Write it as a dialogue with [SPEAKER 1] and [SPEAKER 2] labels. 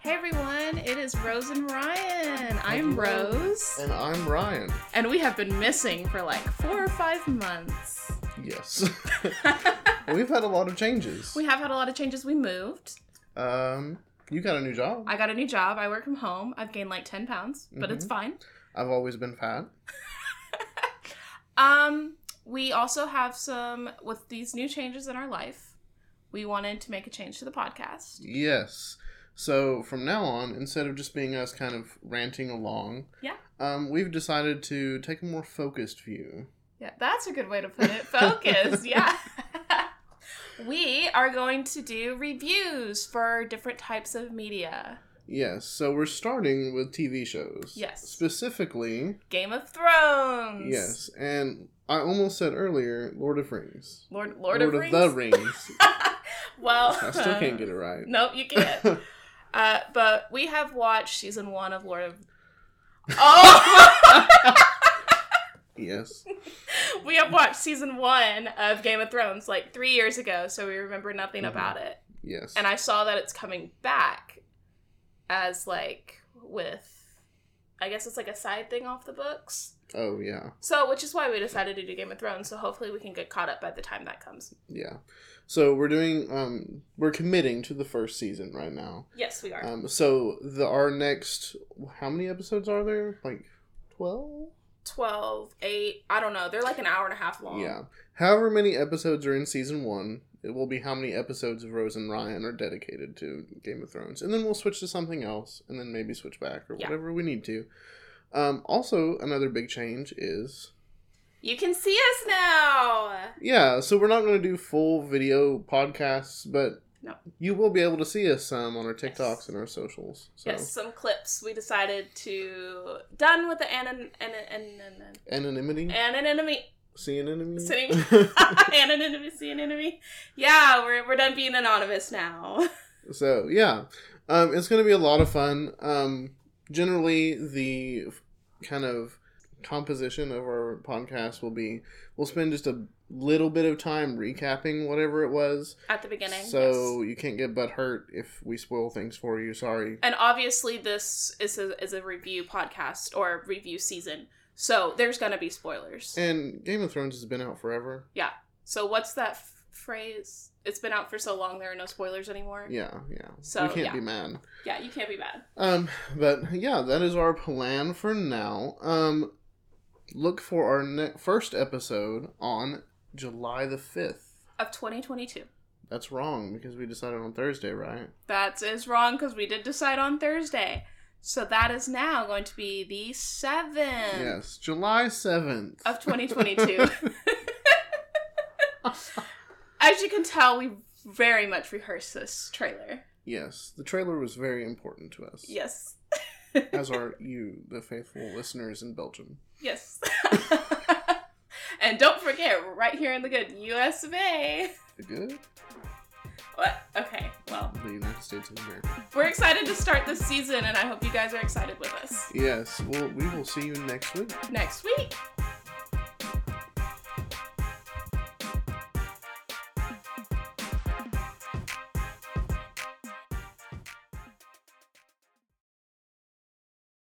[SPEAKER 1] Hey everyone, it is Rose and Ryan. I'm Rose,
[SPEAKER 2] And I'm Ryan.
[SPEAKER 1] and we have been missing for like four or five months.
[SPEAKER 2] Yes. We've had a lot of changes.
[SPEAKER 1] we have had a lot of changes. We moved.
[SPEAKER 2] Um, you got a new job.
[SPEAKER 1] I got a new job. I work from home. I've gained like 10 pounds, but it's fine.
[SPEAKER 2] I've always been fat.
[SPEAKER 1] Um, we also have some, with these new changes in our life, we wanted to make a change to the podcast.
[SPEAKER 2] Yes. So from now on, instead of just being us kind of ranting along,
[SPEAKER 1] Yeah.
[SPEAKER 2] um, we've decided to take a more focused view.
[SPEAKER 1] Yeah, that's a good way to put it. Focus. yeah. we are going to do reviews for different types of media.
[SPEAKER 2] Yes. So we're starting with TV shows.
[SPEAKER 1] Yes.
[SPEAKER 2] Specifically,
[SPEAKER 1] Game of Thrones.
[SPEAKER 2] yes. And I almost said earlier, Lord of Rings.
[SPEAKER 1] Lord Lord, of, Rings.
[SPEAKER 2] the Rings.
[SPEAKER 1] well,
[SPEAKER 2] I still can't get it right.
[SPEAKER 1] Nope, you can't. uh, but we have watched season one of Lord of. Oh,
[SPEAKER 2] Yes.
[SPEAKER 1] we have watched season one of Game of Thrones like three years ago, so we remember nothing
[SPEAKER 2] Mhm.
[SPEAKER 1] about it.
[SPEAKER 2] Yes.
[SPEAKER 1] And I saw that it's coming back as like with, I guess it's like a side thing off the books.
[SPEAKER 2] Oh yeah.
[SPEAKER 1] So, which is why we decided to do Game of Thrones. So hopefully we can get caught up by the time that comes.
[SPEAKER 2] Yeah. So we're doing um we're committing to the first season right now.
[SPEAKER 1] Yes, we are.
[SPEAKER 2] Um so the our next how many episodes are there? Like 12?
[SPEAKER 1] Twelve, eight. I don't know. They're like an hour and a half long.
[SPEAKER 2] Yeah. However many episodes are in season 1, it will be how many episodes of Rose and Ryan are dedicated to Game of Thrones. And then we'll switch to something else and then maybe switch back or
[SPEAKER 1] Yeah.
[SPEAKER 2] whatever we need to. Um also another big change is
[SPEAKER 1] You can see us now.
[SPEAKER 2] yeah, so we're not going to do full video podcasts, but
[SPEAKER 1] No.
[SPEAKER 2] you will be able to see us some on our TikToks
[SPEAKER 1] Yes.
[SPEAKER 2] and our socials. So.
[SPEAKER 1] Yes, some clips. We decided to done with the anon an an
[SPEAKER 2] Anonymity?
[SPEAKER 1] an anonymity
[SPEAKER 2] See anonymity?
[SPEAKER 1] Sitting- anonymity anonymity. Yeah, we're we're done being anonymous now.
[SPEAKER 2] so, yeah. Um, it's going to be a lot of fun. Um, generally, the f- kind of composition of our podcast will be we'll spend just a little bit of time recapping whatever it was.
[SPEAKER 1] At the beginning.
[SPEAKER 2] So
[SPEAKER 1] yes.
[SPEAKER 2] you can't get butt hurt if we spoil things for you. Sorry.
[SPEAKER 1] and obviously this is a, is a review podcast or review season. So there's gonna be spoilers.
[SPEAKER 2] And Game of Thrones has been out forever.
[SPEAKER 1] so what's that f- phrase? It's been out for so long there are no spoilers anymore.
[SPEAKER 2] Yeah, yeah.
[SPEAKER 1] So,
[SPEAKER 2] you can't
[SPEAKER 1] yeah.
[SPEAKER 2] be mad.
[SPEAKER 1] Yeah, you can't be bad.
[SPEAKER 2] Um, but yeah, that is our plan for now. Um, look for our ne- first episode on July the fifth.
[SPEAKER 1] Of 2022.
[SPEAKER 2] That's wrong because we decided on Thursday, right?
[SPEAKER 1] That is wrong because we did decide on Thursday. So that is now going to be the 7th
[SPEAKER 2] Yes, July seventh.
[SPEAKER 1] of 2022. As you can tell, we very much rehearsed this trailer.
[SPEAKER 2] yes, the trailer was very important to us.
[SPEAKER 1] Yes.
[SPEAKER 2] As are you, the faithful listeners in Belgium.
[SPEAKER 1] Yes. and don't forget, we're right here in the good US of A.
[SPEAKER 2] The good,
[SPEAKER 1] What? Okay, well,
[SPEAKER 2] the United States of America.
[SPEAKER 1] we're excited to start this season, and I hope you guys are excited with us.
[SPEAKER 2] Yes. Well, we will see you next week.
[SPEAKER 1] Next week.